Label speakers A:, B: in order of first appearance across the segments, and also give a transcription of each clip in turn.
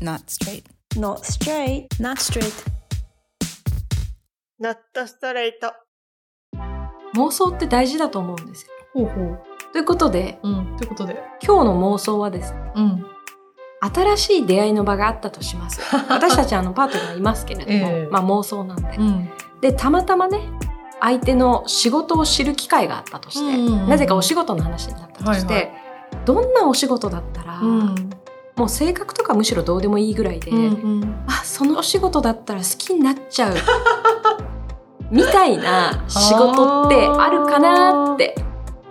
A: Not straight.
B: Not straight.
C: Not straight.
D: ナットストレート。
C: 妄想って大事だと思うんですよ。
E: ほうほう。
C: ということで、
E: うん。ということで。
C: 今日の妄想はですね、
E: うん。
C: 新しい出会いの場があったとします。 私たちあのパートナーいますけれども、
E: ええ
C: まあ妄想なんで。
E: うん。
C: で、たまたまね、相手の仕事を知る機会があったとして、
E: うんうんうん
C: なぜかお仕事の話になったとして、
E: はい
C: どんなお仕事だったら、
E: うん。
C: もう性格とかむしろどうでもいいぐらいで、
E: うん。
C: あそのお仕事だったら好きになっちゃう みたいな仕事ってあるかなって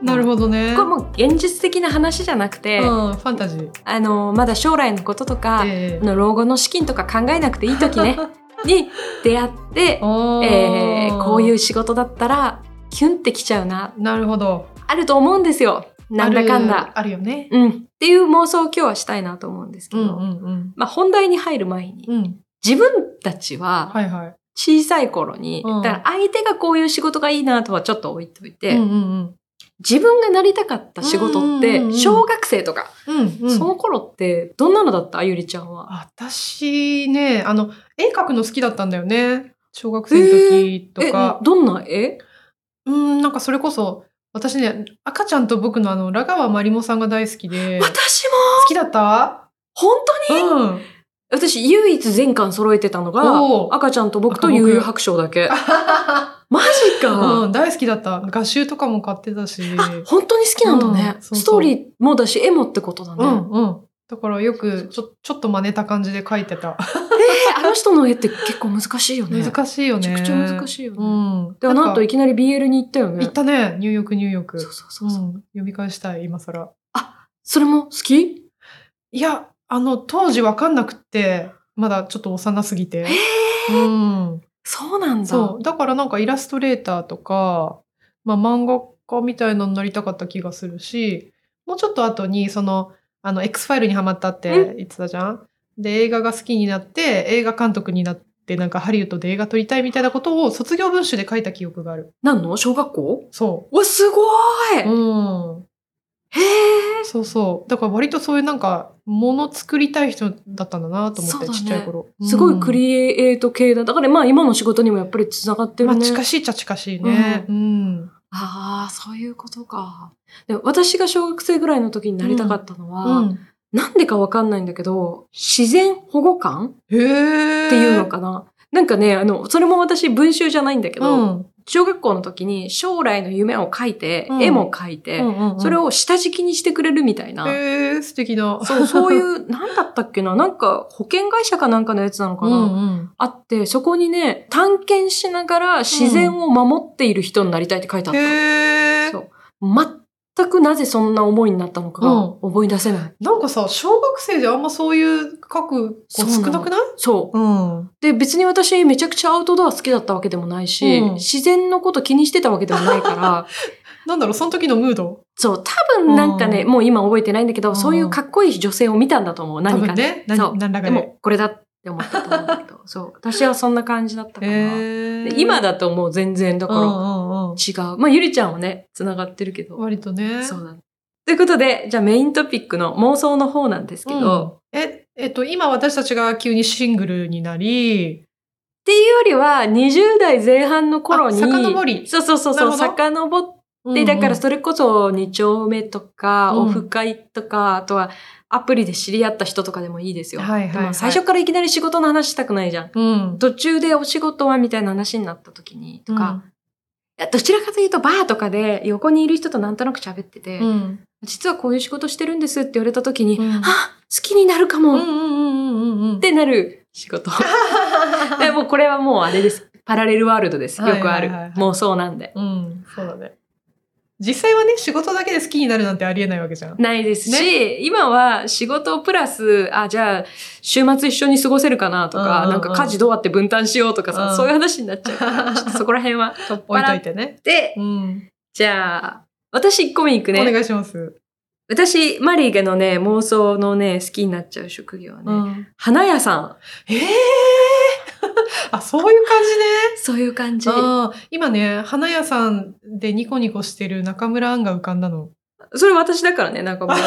E: なるほどね。
C: これもう現実的な話じゃなくて、
E: うん。ファンタジー。
C: あのまだ将来のこととか、
E: え
C: あの老後の資金とか考えなくていい 時ねに出会って、
E: おー
C: えーこういう仕事だったらキュンってきちゃうな
E: なるほど。
C: あると思うんですよなんだかん
E: あ
C: だ。
E: るあるよね。
C: うん、っていう妄想を今日はしたいなと思うんですけ
E: う
C: ど、
E: んうん
C: まあ、本題に入る前に
E: うん。うん。
C: 自分たちは、
E: はいはい。
C: 小さい頃に、
E: うん
C: だから相手がこういう仕事がいいなとはちょっと置いといて、
E: うんうん
C: 自分がなりたかった仕事っ
E: うんうんうんう
C: て、
E: ん
C: 小学生とか、
E: うん。うん、うん。
C: その頃ってどんなのだったゆりちゃんは。
E: 私ね、あの、絵描くの好きだったんだよね。小学生の時と
C: え、
E: か。
C: どんな絵
E: うん、なんかそれこそ、私ね、赤ちゃんと僕のあの、ラガワマリモさんが大好きで。好
C: 私も
E: きだった
C: 本当に、
E: うん。
C: 私唯一全巻揃えてたの
E: お
C: が、
E: う
C: 赤ちゃんと僕
E: 赤
C: と
E: 僕
C: 悠々白書だけ。マジか、
E: うん、大好きだった。画集とかも買ってたし。
C: あ、本当に好きなんだね、
E: うんそうそう
C: ストーリーもだし、絵もってことだね。
E: う
C: え
E: ん、うん。だからよく、ちょ、ちょっと真似た感じで描いてた。
C: ーあの人の絵って結構難しいよね。
E: 難しいよね。
C: めちゃくちゃ難しいよね
E: うん。
C: でなんと
E: か
C: いきなり BL に行ったよね。
E: 行ったね。ニューヨーク、ニューヨーク。
C: そうそうそうそう。
E: うん読み返したい、今更。
C: それも好き
E: いや、あの、当時わかんなくって、まだちょっと幼すぎて。うん。
C: そうなんだ。
E: そう。だからなんかイラストレーターとか、まあ漫画家みたいなのになりたかった気がするし、もうちょっと後に、その、あの、X ファイルにハマったって言ってたじゃん。で、映画が好きになって、映画監督になって、なんかハリウッドで映画撮りたいみたいなことを卒業文集で書いた記憶がある。
C: なんの小学校
E: そう
C: わ、すごー
E: う。
C: い、
E: うん。
C: へえ。
E: そうそう。だから割とそういうなんか、もの作りたい人だったんだなと思っ
C: そう
E: て、
C: だね
E: ちっちゃい頃。
C: すご
E: う
C: い
E: ん
C: クリエイト系だ。だからまあ今の仕事にもやっぱり繋がって
E: ま
C: る
E: あ
C: ね。
E: 近しいっちゃ近しいね。うん。
C: ああ、そういうことか。で私が小学生ぐらいの時になりたかったのは、
E: うん。
C: なんでかわかんないんだけど、自然保護官
E: へえ。
C: っていうのかな。なんかね、あの、それも私文集じゃないんだけ
E: う
C: ど、
E: ん。うん
C: 小学校の時に将来の夢を書いて、
E: うん
C: 絵も書いて、
E: うんうん。
C: それを下敷きにしてくれるみたいな。
E: へえ、素敵な。
C: そう、そういう、 なんだったっけな、なんか保険会社かなんかのやつなのかな、
E: うん
C: あって、そこにね、探検しながら自然を守っている人になりたいって書い
E: う
C: てあ
E: ん。
C: った。
E: へえ
C: そ。う全くなぜそんな思いになったのか
E: う
C: が思い出せない。
E: なんかさ、小学生であんまそういう書く子
C: そうな
E: 少
C: の
E: なくない
C: そう。
E: うん。
C: で、別に私めちゃくちゃアウトドア好きだったわけでもないし、
E: うん
C: 自然のこと気にしてたわけでもな いから、
E: なんだろう、その時のムード。
C: そう、多分なんかね、
E: うん
C: もう今覚えてないんだけど、
E: うん
C: そういうかっこいい女性を見たんだと思う、
E: 多
C: 何か
E: 分
C: で。
E: ね。何
C: そう
E: 何らか
C: で
E: で。
C: も、これだって思ったと思うんだけど、そう。私はそんな感じだったかな。
E: へえ。
C: で今だともう全然だ
E: う
C: か
E: んう
C: ら
E: んうん。
C: 違う。まあゆりちゃんはね、繋がってるけど。
E: 割とね。
C: そうだね。ということで、じゃあメイントピックの妄想の方なんですけど、っ
E: うんえ、えっと、今私たちが急にシングルになり、
C: ていうよりは20代前半の頃に、
E: あ遡り
C: そうそうそうそ
E: な
C: う、
E: るほ
C: 遡って、だからそれこそ2丁目とか、
E: うん
C: オフ会とか、あとはアプリで知り合った人とかでもいいですよ。
E: はいはいはい
C: でも最初からいきなり仕事の話したくないじゃん。
E: うん、うん、
C: 途中でお仕事はみたいな話になった時に、とか、いやどちらかというとバーとかで横にいる人となんとなく喋ってて、
E: うん、うん、
C: 実はこういう仕事してるんですって言われた時に、
E: うん
C: あ好きになるかも
E: うん、う
C: っ
E: ん、うん、うん、うん。
C: てなる仕事。 でもうこれはもうあれです。パラレルワールドです。よくあ
E: はいは
C: る
E: いはいはい
C: 妄想なんで。
E: うん、そうだね。実際はね、仕事だけで好きになるなんてありえないわけじゃん。
C: ないですし、今は仕事プラス、あ、じゃあ、週末一緒に過ごせるかなとか、
E: うんうんうん
C: なんか家事どうやって分担しようとかさ、
E: うん
C: そういう話になっちゃ うから、ちょっとそこら辺は取っ
E: 置いと
C: 払
E: い
C: って
E: ね。
C: て、
E: うん。
C: じゃあ、私1個目いくね。
E: お願いします。
C: 私、マリーがのね、妄想のね、好きになっちゃう職業はね、
E: うん。
C: 花屋さん。
E: ええ あ、そういう感じね。
C: そういう感じ。
E: あー今ね、花屋さんでニコニコしてる中村アンが浮かんだの。
C: それ私だからね、なんか もう。
E: ま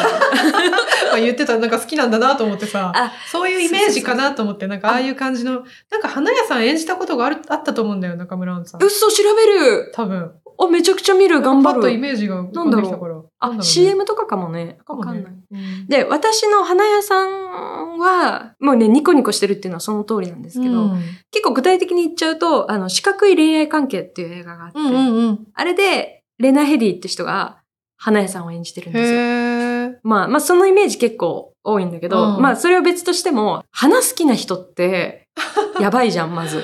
E: あ言ってた、なんか好きなんだなと思ってさ
C: あ、
E: そういうイメージかなと思って、なんかああいう感じの、なんか花屋さん演じたことがあるあったと思うんだよ、中村アンさん。
C: 嘘、調べる
E: 多分。
C: あ、めちゃくちゃ見る、頑張
E: パッとイ
C: る。
E: メージが浮かんできたから。なんだろう
C: あ、
E: ね
C: CM とかかもね。
E: か
C: わ
E: も
C: か
E: ね
C: んない。
E: うん
C: で、私の花屋さんは、もうね、ニコニコしてるっていうのはその通りなんですけど、
E: うん
C: 結構具体的に言っちゃうと、あの、四角い恋愛関係っていう映画があって、
E: うんうんうん。
C: あれで、レナ・ヘディって人が花屋さんを演じてるんですよ。
E: へえ。
C: まあ、まあ、そのイメージ結構多いんだけど、
E: うん
C: まあ、それは別としても、花好きな人って、やばいじゃん、まず。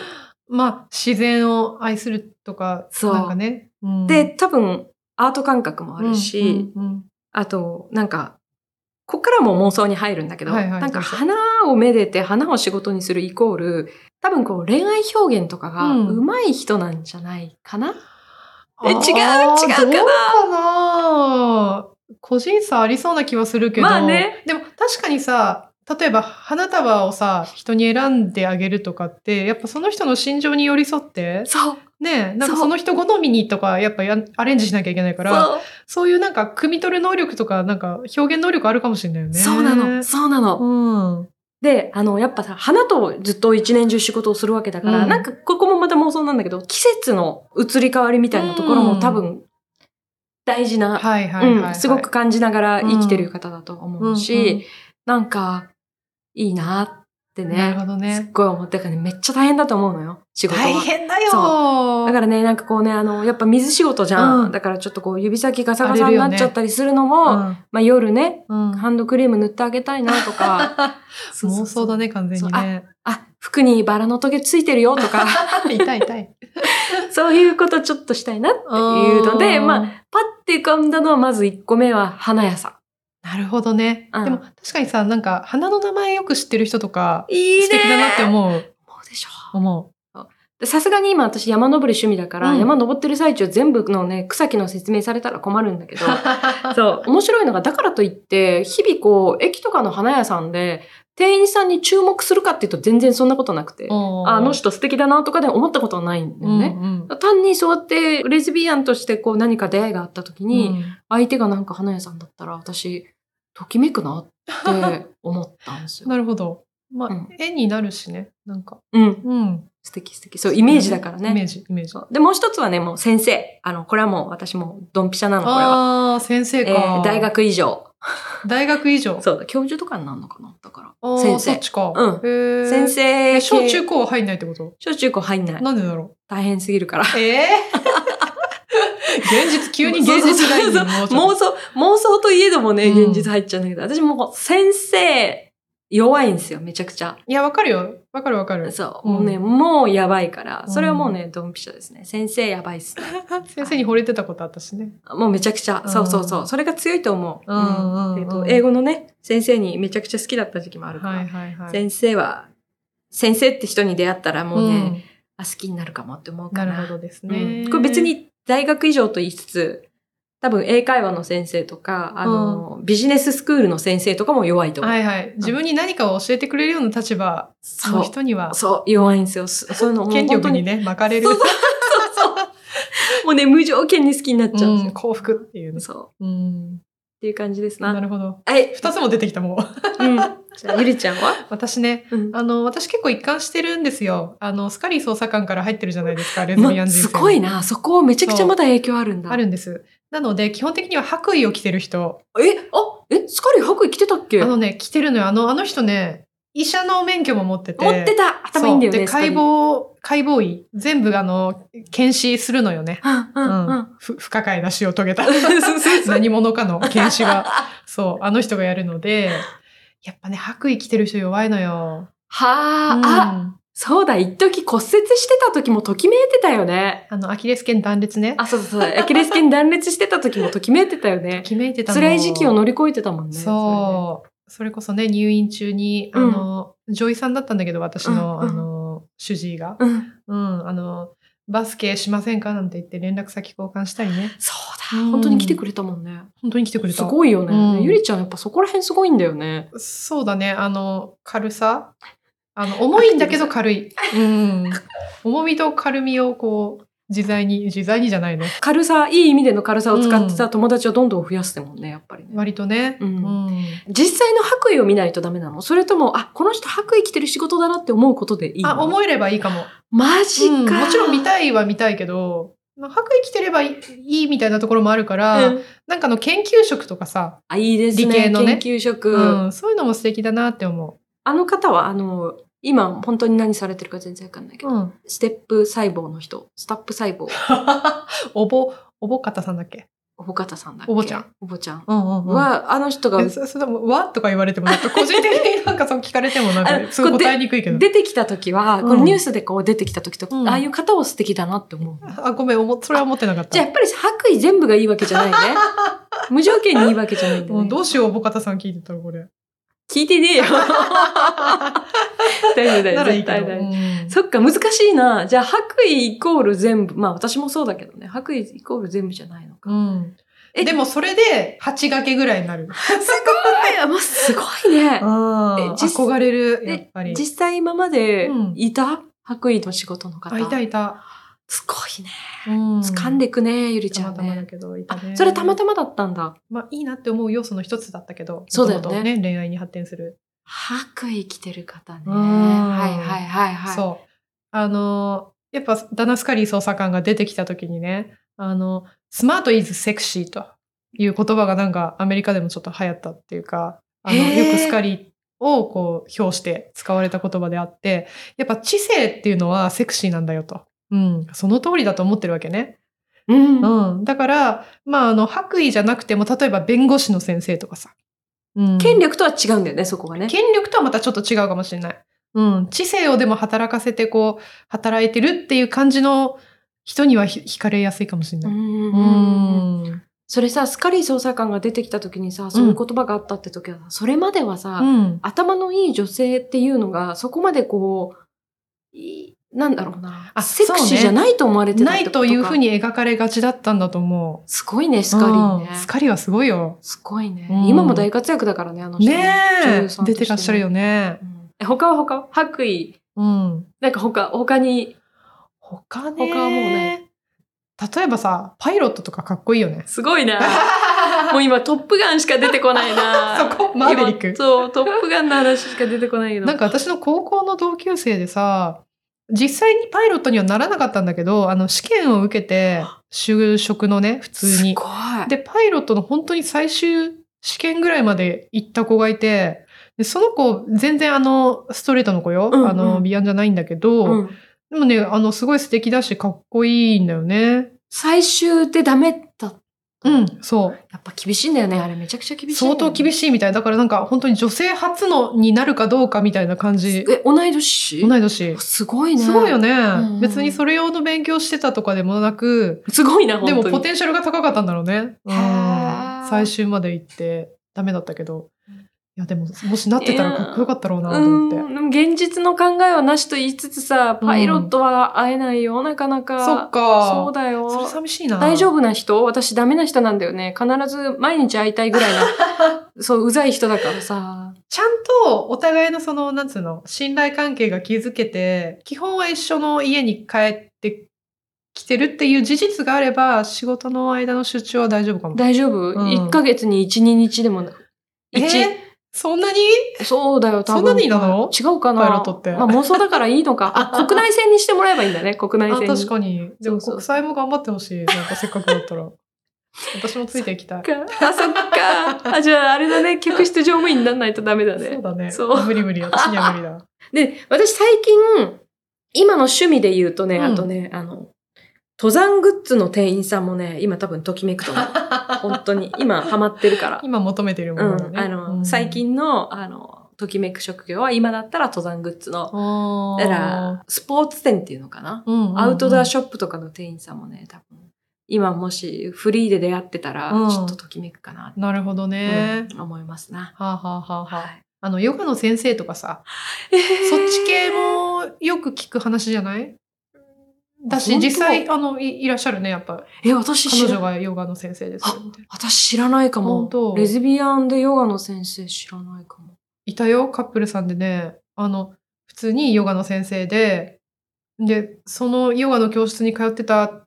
E: まあ、自然を愛するとか、
C: そう
E: なんかね。うん
C: で、、多分、アート感覚もあるし、
E: うんうん
C: あと、なんか、こっからも妄想に入るんだけど、
E: はいはい
C: なんか
E: どうぞ
C: 花をめでて花を仕事にするイコール、多分こう恋愛表現とかが
E: うん
C: 上手い人なんじゃないかな、
E: うん
C: え違う
E: あー
C: 違うかな
E: どうかな個人差ありそうな気はするけど。
C: まあね。
E: でも確かにさ、例えば花束をさ、人に選んであげるとかって、やっぱその人の心情に寄り添って、
C: そう。
E: ね、なんか
C: そう
E: その人好みにとか、やっぱやアレンジしなきゃいけないから、
C: そう
E: そういうなんか、汲み取る能力とか、なんか、表現能力あるかもしれないよね。
C: そうなの。そうなの。
E: うん。
C: で、あの、やっぱさ、花とずっと一年中仕事をするわけだから、
E: うん
C: なんかここもまた妄想なんだけど、季節の移り変わりみたいなところも多分大事な、
E: はいはいはい、は
C: うん、
E: い。
C: すごく感じながら生きてる方だと思うし、なんか、いいなって
E: うんうんな
C: ね
E: る。ほど
C: すっ
E: ね。
C: ごい思ってからね、めっちゃ大変だと思うのよ、仕事は。
E: 大変だよ
C: だからね、なんかこうね、あの、やっぱ水仕事じゃん。
E: うん
C: だからちょっとこう指先ガサガサになっちゃったりするのも、
E: うん
C: まあ夜ね、
E: うん
C: ハンドクリーム塗ってあげたいなと か。そ
E: 妄
C: うそうそう
E: 想だね、完全にね。
C: あ、服にバラのトゲついてるよとか、
E: 痛い痛い。
C: そういうことちょっとしたいなっていうので、まあ、
E: あ、
C: パッて浮かんだのはまず1個目は花屋さ
E: なるほどね。
C: うん
E: でも確かにさ、なんか花の名前よく知ってる人とか、
C: ん。いいね
E: 素敵だなって
C: う。
E: 思う。
C: うでしょ
E: 思
C: でさすがに今私山登り趣味だから、
E: うん
C: 山登ってる最中全部のね、草木の説明されたら困るんだけど、
E: う。
C: そう、面白いのが、だからといって、日々こう、駅とかの花屋さんで、店員さんに注目するかっていうと全然そんなことなくて、
E: おー
C: あの人素敵だなとかで思ったことはないんだよね。
E: うん
C: 単にそうやって、レズビアンとしてこう何か出会いがあった
E: う
C: 時
E: ん
C: に、
E: うん
C: 相手がなんか花屋さんだったら、私、ときめくな って思ったんですよ。
E: なるほど。まあ、
C: うん
E: 絵になるしね、なんか。
C: うん、
E: うん。
C: 素敵素敵。そう、イメージだから
E: イメ
C: ね。
E: ージ、イメージ。
C: そうで、もう一つはね、もう先生。あの、これはもう私もドンピシャなの、これは。
E: ああ、先生
C: え
E: か、
C: ー大。学以上。
E: 大学以上。
C: そうだ、教授とかになるのかなだから。
E: あー
C: 先生
E: そっちか。へ
C: う
E: ー
C: 先。生
E: え
C: 系
E: 小中高は入んないってこと
C: 小中高入んない。
E: なんでだろ
C: 大変すぎるから。
E: う。ええ 現実、急に現
C: そうそう
E: 実ライ
C: そう
E: ンに
C: そう
E: もうちょっと
C: 妄想、妄想といえどもね、
E: うん
C: 現実入っちゃうんだけど、私もう先生、弱いんですよ、めちゃくちゃ。
E: いや、わかるよ。わかるわかる。
C: そう。
E: うん
C: もうね、もうやばいから、
E: うん
C: それはもうね、ドンピシャですね。先生やばいっすね。
E: 先生に惚れてたことあったしね。
C: もうめちゃくちゃ、
E: うん
C: そうそうそう。それが強いと思う。
E: うんうんうん
C: えっと英語のね、先生にめちゃくちゃ好きだった時期もあるから。
E: はいはいはい。
C: 先生は、先生って人に出会ったらもうね、
E: うん
C: あ、好きになるかもって思うか
E: な
C: ら。
E: るほどです
C: う
E: ね。
C: んこれ別、に大学以上と言いつつ、多分英会話の先生とか、あの、ビジネススクールの先生とかも弱いと思う。
E: はいはい。自分に何かを教えてくれるような立場
C: そ
E: の
C: う。
E: 人には、
C: そう、弱いんですよ。そそういうのもう
E: 権
C: 本当
E: 力に
C: に。
E: ね、巻かれる
C: そう。そう そう。もうね、無条件に好きになっちゃうんです
E: うん
C: よ。
E: 幸福っていうね。
C: そう。っ
E: うん。
C: ていう感じです
E: な
C: な。
E: るほど。
C: はい。
E: 二つも出てきたもん。
C: うん。じゃあ、ゆりちゃんは
E: 私ね、
C: うん。
E: あの、私結構一貫してるんですよ。あの、スカリー捜査官から入ってるじゃないですか、レズビアン
C: ま
E: 人生
C: す
E: の。
C: ごいな。そこ、めちゃくちゃまだ影響あるんだ。
E: あるんです。なので、基本的には白衣を着てる人。
C: え、あ、え、スカリー白衣着てたっけ
E: あ
C: 持
E: のね、着てるのよ。あの、あの人ね、医者の免許も持ってて。
C: ってた。頭いいんだよ
E: そう
C: ね。
E: で、解
C: ス
E: 剖、解剖医、全部あの、検視するのよね。
C: カ
E: う
C: リー。う、
E: ん
C: うん、うん。
E: ん。ふ不可解な死を遂げた。
C: そうそうそう
E: 何者かの検視が。そう、あの人がやるので、やっぱね、白衣着てる人弱いのよ。
C: はあ、
E: うん
C: あ、そうだ、一時骨折してた時もときめいてたよね。
E: あの、アキレス腱断裂ね。
C: あ、そうそ うそう。アキレス腱断裂してた時もときめいてたよね。
E: 決めてたの
C: 辛い時期を乗り越えてたもんね。
E: そう。それこそね、入院中に、あ
C: うん
E: の、女医さんだったんだけど、私の、
C: うんうん
E: あの、主治医が。
C: それね。うん。
E: うん、あの、バスケしませんかなんて言って連絡先交換したりね。
C: そうだ、
E: うん
C: 本当に来てくれたもんね。
E: 本当に来てくれた。
C: すごいよね、
E: うん
C: ゆりちゃんやっぱそこら辺すごいんだよね。
E: そうだね、あの、軽さ。 あの、重いんだけど軽い。うん。重みと軽みをこう、自在に、自在にじゃないの。
C: 軽さ、いい意味での軽さを使ってさ、友達をどんどん増やしてもんね、やっぱりね。
E: 割とね。
C: うん
E: うん
C: 実際の白衣を見ないとダメなのそれとも、あ、この人白衣着てる仕事だなって思うことでいいの
E: あ、思えればいいかも。
C: マジか、
E: うんもちろん見たいは見たいけど、まあ白衣着てればいいいいみたいなところもあるから、
C: うん
E: なんかあの研究職とかさ、
C: あ、いいですね。
E: 理系のね
C: 研究職。
E: うん、そういうのも素敵だなって思
C: あの方は、あの、今、本当に何されてるか全然わかんないけ
E: う。
C: ど、
E: うん。
C: ステップ細胞の人、スタップ細胞、
E: おぼ、おぼかたさんだっけ
C: おぼかたさんだっけ
E: おぼちゃん。
C: おぼちゃん。
E: うんうん
C: は、あの人が
E: えそそれでもわとか言われても、なんか個人的 になんかそう聞かれても、なん
C: あ
E: か、すごい答えにくいけど。
C: 出てきた時は、
E: うん
C: このニュースでこう出てきた時とか、
E: うん
C: ああいう方を素敵だなって思う。
E: あ、ごめん、おもそれは思ってなかった。
C: じゃあやっぱり白衣全部がいいわけじゃないね。 無条件にいいわけじゃないんだ
E: もう
C: ね。
E: どうしよう、おぼかたさん聞いてたら、これ。
C: 聞いて ねえよ。
E: ならいいけど。
C: 大丈夫大丈夫。絶対大
E: う
C: 丈夫。
E: ん
C: そっか、難しいな。じゃあ白衣イコール全部。まあ私もそうだけどね。白衣イコール全部じゃないのか。
E: うん。
C: え
E: でも、それで、八掛けぐらいに なる。
C: いや、もうすごいね。
E: あー
C: え実
E: 憧れる、やっ
C: で
E: ぱり。
C: 実際今まで
E: うん
C: いた、白衣の仕事の方。
E: あ、いたいた。
C: すごいね。
E: うん
C: 掴んでくね、ゆりち
E: た
C: ゃ
E: ま
C: ん
E: たまだ
C: ね。
E: けど、いた
C: あ
E: ね。、
C: それたまたまだったんだ。
E: まあ、いいなって思う要素の一つだったけど、
C: そうだよね
E: 元々恋愛に発展する。
C: 白衣着てる方ね。
E: う
C: は
E: ん
C: いはいはいはい。
E: そう。あのー、やっぱダナスカリー捜査官が出てきた時にね、あの、スマートイズセクシーという言葉がなんかアメリカでもちょっと流行ったっていうか、あの、
C: へー
E: よくスカリーをこう表して使われた言葉であって、やっぱ知性っていうのはセクシーなんだよと。うん。その通りだと思ってるわけね。
C: う。うん。
E: うん。だから、まあ、あの、白衣じゃなくても、例えば弁護士の先生とかさ。うん。
C: 権力とは違うんだよね、そこがね。
E: 権力とはまたちょっと違うかもしれない。うん。知性をでも働かせて、こう、働いてるっていう感じの人にはひ惹かれやすいかもしれ
C: う。
E: ない。うんん。
C: それさ、スカリー捜査官が出てきた時にさ、そういう言葉があったって時はさ、それまではさ、
E: うん。
C: 頭のいい女性っていうのが、そこまでこう、いなんだろうな。
E: あ
C: セク
E: そう
C: シー
E: ね
C: じゃないと思われてたっ
E: な
C: て
E: い
C: こと
E: と
C: か
E: いうふう。に描かれがちだったんだと思う。
C: すごいね、スカリーね
E: うん。スカリはすごいよ。
C: すごいね、
E: うん
C: 今も大活躍だからね、あの人。
E: ね
C: 女
E: え
C: 優さんと
E: 出
C: して
E: らっしゃるよね
C: う。んえ他は他は白衣。
E: うん。
C: なんか他、他に。
E: 他ね。
C: 他はもう
E: ね。例えばさ、パイロットとかかっこいいよ ね。
C: す ごいな。もう今、トップガンしか出てこないな。
E: そこマーヴェリック
C: 今そう、トップガンの話しか出てこないけど。
E: なんか私の高校の同級生でさ、実際にパイロットにはならなかったんだけど、あの試験を受けて、就職のね、普通に
C: す。ごい。
E: で、パイロットの本当に最終試験ぐらいまで行った子がいて、でその子、全然あの、ストレートの子よ。
C: うんうん
E: あの、美安じゃないんだけど、
C: うん
E: でもね、あの、すごい素敵だし、かっこいいんだよね。
C: 最終でダメだった。
E: う
C: や
E: ん、そう。
C: っぱ厳しいんだよね。あれめちゃくちゃ厳しいん
E: 相
C: だよね、
E: 当厳しいみたい。だからなんか、本当に女性初のになるかどうかみたいな感じ。
C: え、同い年
E: 同い年。
C: すごいね。
E: すごいよね、
C: ん
E: 別にそれ用の勉強してたとかでもなく、
C: すごいな、本
E: で
C: 当に。
E: もポテンシャルが高かったんだろうね。うん
C: へー
E: 最終まで行ってダメだったけど。いや、でも、もしなってたらかっこよかったろうなと思って。
C: うん、でも現実の考えはなしと言いつつさ、パイロットは会えないよ、なかなか。
E: そっ
C: そう
E: か。
C: だよ。
E: それ寂しいな。
C: 大丈夫な人私ダメな人なんだよね。必ず毎日会いたいぐらい な、そう、うざい人だからさ。
E: ちゃんとお互いのその、なんつうの、信頼関係が築けて、基本は一緒の家に帰ってきてるっていう事実があれば、仕事の間の出張は大丈夫かも。
C: 大丈夫、
E: うん
C: ?1 ヶ月に1、2日でもな
E: え
C: 1、
E: そんなに
C: そうだよ、多分。
E: そんなになの
C: 違うかな
E: パイロットって
C: まあ妄想だからいいの か。あ国内線にしてもらえばいいんだね、国内
E: あ
C: 線に。
E: 確かに。でも
C: そうそう
E: 国際も頑張ってほしい。なんかせっかくだった ら。私もついていきたい。
C: かあ、そっか。あ、じゃあ、あれだね。客室乗務員にならないとダメだ
E: そう
C: ね。
E: だね。
C: そう
E: 無理無理。私には無理だ。
C: で、私最近、今の趣味で言うとね、
E: うん
C: あとね、あの、登山グッズの店員さんもね、今多分ときめく と思う。 本当に。今、ハマってるから。
E: 今求めてるも
C: う
E: のだ
C: ん。
E: ね。
C: あの、
E: うん
C: 最。近の、あの、ときめく職業は今だったら登山グッズの、
E: あー
C: だから、スポーツ店っていうのかな。
E: うんうんうん
C: アウトドアショップとかの店員さんもね、多分、今もしフリーで出会ってたら、
E: うん
C: ちょっとときめくかな、
E: なるほどね。
C: うん思いますな。
E: はあはあはあはあ。
C: はい
E: あの、ヨガの先生とかさ、
C: そ
E: そっち系もよく聞く話じゃないだし、実際、あのい、いらっしゃるね、やっぱ。
C: え、私
E: 彼
C: 知ら
E: 女がヨガの先生ですよみたいな。
C: 私知らないかも
E: 本。当
C: レズビアンでヨガの先生知らないかも。
E: いたよ、カップルさんでね、あの、普通にヨガの先生で、で、そのヨガの教室に通ってた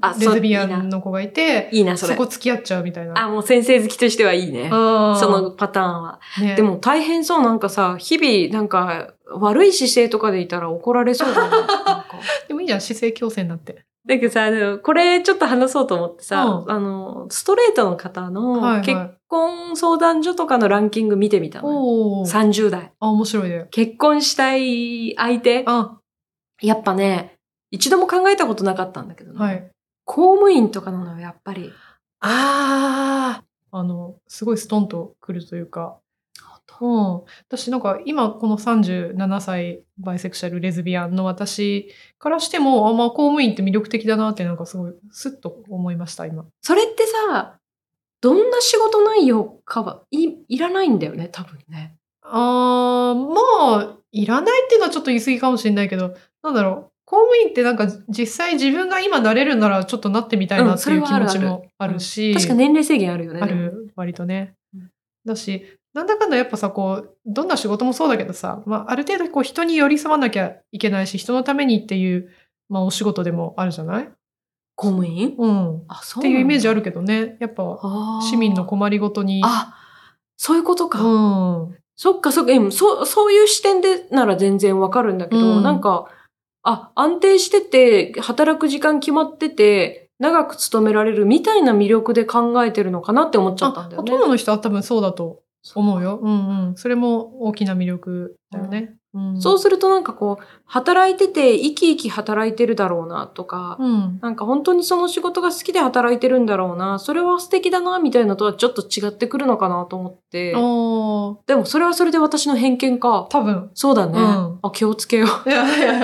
C: あ
E: レ
C: そう
E: ズビア
C: いいな
E: ンの子がいて、
C: いいな、そ
E: そ
C: れ。
E: こ付き合っちゃうみたいな。
C: あ、もう先生好きとしてはいいね。
E: あー
C: その、パターンは。
E: ね
C: で、も大変そう。なんかさ、日々、なんか、悪い姿勢とかでいたら怒られそう だな。なんか
E: でもいいじゃん、姿勢矯正になって。
C: だけどさ、でもこれちょっと話そうと思ってさ、
E: うん
C: あの、ストレートの方
E: はいは
C: の
E: い
C: 結婚相談所とかのランキング見てみたのよ。
E: おお。
C: 30代。
E: あ、面白いね。
C: 結婚したい相手、
E: あ、
C: やっぱね、一度も考えたことなかったんだけどね。
E: はい。
C: 公務員とかなのよ、やっぱり。
E: ああ。あの、すごいストンと来るというか。うん、私なんか今この37歳バイセクシャルレズビアンの私からしてもあ、まあ、公務員って魅力的だなってなんかすごいスッと思いました今。
C: それってさ、どんな仕事内容かはい、いらないんだよね、多分ね。
E: あーまあいらないっていうのはちょっと言い過ぎかもしれないけどなんだろう公務員ってなんか実際自分が今なれるならちょっとなってみたいなっていう
C: うん
E: 気
C: それはあ
E: 持
C: る
E: ちもあ
C: る
E: るし、
C: 確か年齢制限あるよね。
E: あ
C: でも。
E: る割とね
C: うん。
E: だしなんだかんだやっぱさこうどんな仕事もそうだけどさ、まあ、ある程度こう人に寄り添わなきゃいけないし人のためにっていう、まあ、お仕事でもあるじゃない、
C: 公務員
E: うん、っ
C: あ、そう
E: ていうイメージあ
C: る。
E: るけどねやっぱ
C: あー
E: 市民の困りごとに。
C: あ、そういうことか。
E: うん、
C: そっかそっか、うんそ、そういう視点でなら全然わかるんだけど、
E: うん
C: なんか、あ、安定してて、働く時間決まってて、長く勤められるみたいな魅力で考えてるのかなって思っちゃったん
E: あ
C: だよ
E: ほ
C: ね
E: とん。どの人は多分そうだと思うよ。うんうん、それも大きな魅力だよね。うん
C: そうするとなんかこう、働いてて、生き生き働いてるだろうなとか、
E: うん
C: なんか本当にその仕事が好きで働いてるんだろうな、それは素敵だな、みたいなのとはちょっと違ってくるのかなと思って、
E: おー
C: でもそれはそれで私の偏見か。
E: 多分
C: そうだね。
E: うん
C: あ、気をつけよう。
E: いやいや、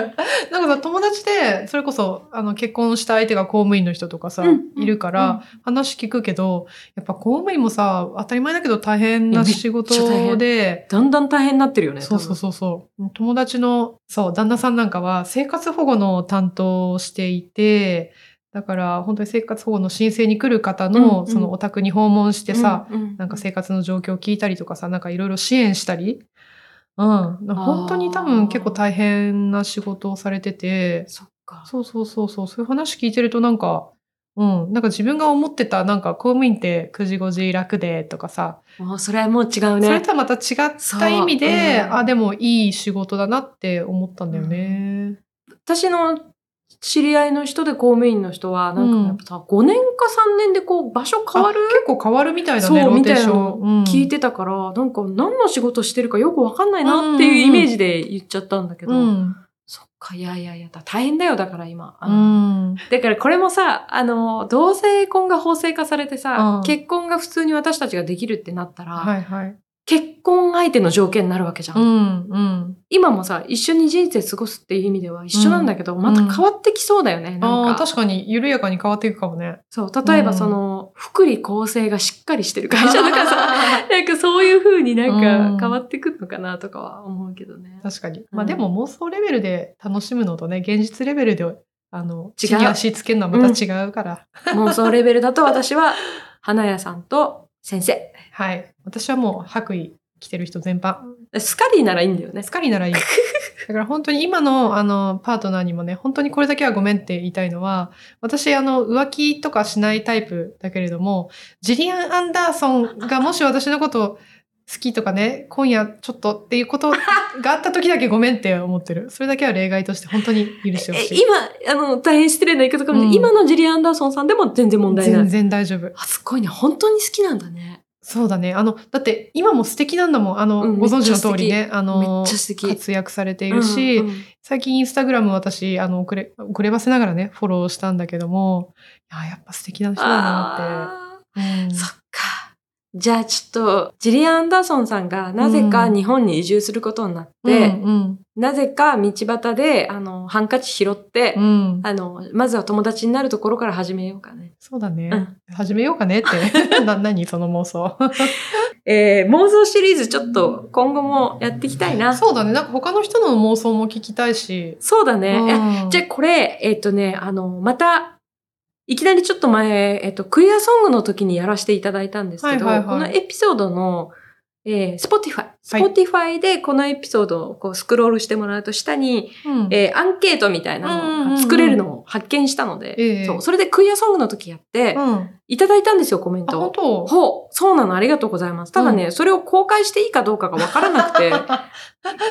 E: なんかさ、友達で、それこそ、あの、結婚した相手が公務員の人とかさ、
C: うん
E: いるから、話聞くけど、やっぱ公務員もさ、当たり前だけど大変な仕
C: いやめっちゃ大
E: 事
C: 変
E: で、
C: だんだん大変になってるよね。
E: そうそうそうそう。友達の、そう、旦那さんなんかは、生活保護の担当をしていて、だから、本当に生活保護の申請に来る方
C: うんうん
E: の、そのお宅に訪問して
C: 多分
E: さ、、
C: うう
E: なんか生活の状況を聞いたりとかさ、なんかいろいろ支援したり。うん。本当に多分結構大変な仕事をされてて、
C: そっか。
E: そうそうそうそう、そういう話聞いてるとなんか、うん、なんか自分が思ってた、なんか公務員って9時5時楽でとかさ、
C: もうそれはもう違う
E: それ
C: ね。
E: とはまた違った意味で、
C: そううん
E: あ、でもいい仕事だなって思ったんだよね。
C: 私の知り合いの人で公務員の人は、なん
E: うん
C: かやっぱさ、5年か3年でこう場所変わる
E: あ結構変わるみたいだね、
C: そう
E: ローテーショ
C: み
E: ン。
C: たいな
E: うん
C: 聞いてたから、なんか何の仕事してるかよくわかんないなっていうイメージで言っちゃったんだけど、
E: うん。
C: そっか、いやいやいや、だ大変だよ、だから今。あ
E: う
C: の
E: ん。
C: だからこれもさ、あの、同性婚が法制化されて
E: う
C: さ、
E: ん
C: 結婚が普通に私たちができるってなったら、
E: はいはい。
C: 結婚相手の条件になるわけじゃ
E: う
C: ん。
E: ん、うん。
C: 今もさ、一緒に人生過ごすっていう意味では一緒なんだけど、また変わってきそうだよね、
E: あ
C: な
E: あ
C: ん
E: ー、
C: か。
E: 確かに緩やかに変わっていくかもね。
C: そう、例えば
E: うん
C: その、福利厚生がしっかりしてる会社とかさ、 なんかそういう風になん
E: うん
C: か変わってくのかなとかは思うけどね。
E: 確かに。
C: うん
E: まあでも妄想レベルで楽しむのとね、現実レベルで、あの、
C: 違う
E: 地に足つけるのはまた違うから。
C: 妄想レベルだと私は、花屋さんと先生。
E: はい。私はもう白衣着てる人全般。
C: スカリーならいいんだよね
E: ス。カリな らいい。だから本当に今の、あの、パートナーにもね、本当にこれだけはごめんって言いたいのは、私、あの、浮気とかしないタイプだけれども、ジリアン・アンダーソンがもし私のこと好きとかね、今夜ちょっとっていうことがあった時だけごめんって思ってる。それだけは例外として本当に許してほ
C: え
E: しい。
C: 今、あの、大変失礼な言い方かもしれない。
E: うん
C: 今のジリアン・アンダーソンさんでも全然問題な
E: 全
C: い。
E: 然大丈夫。
C: あ、すごいね。本当に好きなんだね。
E: そうだね。あの、だって今も素敵なんだもん。あの、
C: うん
E: ご存知の通りね。あの
C: めっちゃ素、敵
E: 活躍されているし、
C: うんうん
E: 最近インスタグラム私、あの、遅れ、遅ればせながらね、フォローしたんだけども、いや、やっぱ素敵な人だなっ
C: あ
E: て。う
C: ー
E: ん
C: そっか。じゃあちょっと、ジリアン・アンダーソンさんがなぜか日本に移住することになって、
E: うんうん、
C: なぜか道端で、あの、ハンカチ拾って、
E: うん。
C: あの、まずは友達になるところから始めようかね。
E: そうだね、
C: うん
E: 始めようかね って。な、何その妄想。
C: えー、妄想シリーズちょっと今後もやっていきたいな。
E: そうだね。なんか他の人の妄想も聞きたいし。
C: そうだね。え
E: うん
C: じゃあこれ、えっ、とね、あの、また、いきなりちょっと前、えっ、と、クイアソングの時にやらせていただいたんですけど、
E: はいはいはい
C: このエピソードのえー、Spotify。Spotify でこのエピソードをこうスクロールしてもらうと下に、
E: うん
C: えーアンケートみたいなのが作れるのを発見したので、
E: ええ
C: そうそれでクイアソングの時やって、
E: うん。
C: いただいたんですよ、コメン
E: あ、
C: トを
E: 本。当
C: ほう、そうなの、ありがとうございます。ただね、それを公開していいかどうかがわからな くて、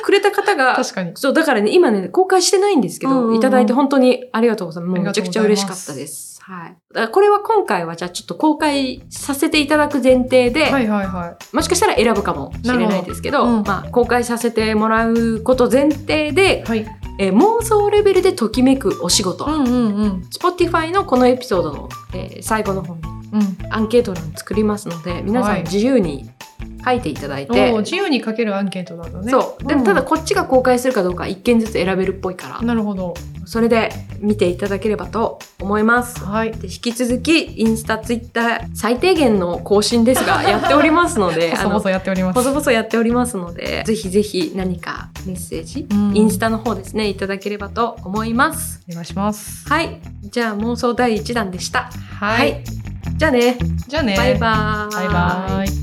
C: くれた方が、
E: 確かに。
C: そう、だからね、今ね、公開してないんですけど、
E: うんうんうん
C: いただいて本当にありがとうございます。もうめちゃくちゃ
E: ありが
C: 嬉
E: とうございま
C: しかっ
E: す
C: たです。はい。だからこれは今回は、じゃあちょっと公開させていただく前提で、
E: はいはいは
C: もしかしたら選ぶかもしれないですけ
E: な
C: ど、
E: るほどうん
C: まあ、公開させてもらうこと前提で
E: い。、はい。
C: えー妄想レベルでときめくお仕事。
E: うんうんうん。
C: Spotify のこのエピソードの、えー最後の方に
E: うん。
C: アンケート欄作りますので皆さ
E: は
C: ん
E: い
C: 自由に書いていただいて、
E: おー自由に書けるアンケートなんだね。
C: そうで
E: う
C: も
E: ん
C: ただこっちが公開するかどうか1件ずつ選べるっぽいから、
E: なるほど。
C: それで見ていただければと思います。
E: はい。
C: で引き続きインスタツイッター最低限の更新です がやっておりますので
E: 細々やっており
C: あの
E: ます。
C: 細々やっておりますのでぜひぜひ何かメッセージ、
E: うん
C: インスタの方ですねいただければと思います。
E: お願いします。
C: はいじゃあ妄想第1弾でした。
E: は
C: はい、じゃあね
E: じゃあね。
C: バイバーイ。
E: バイバイ。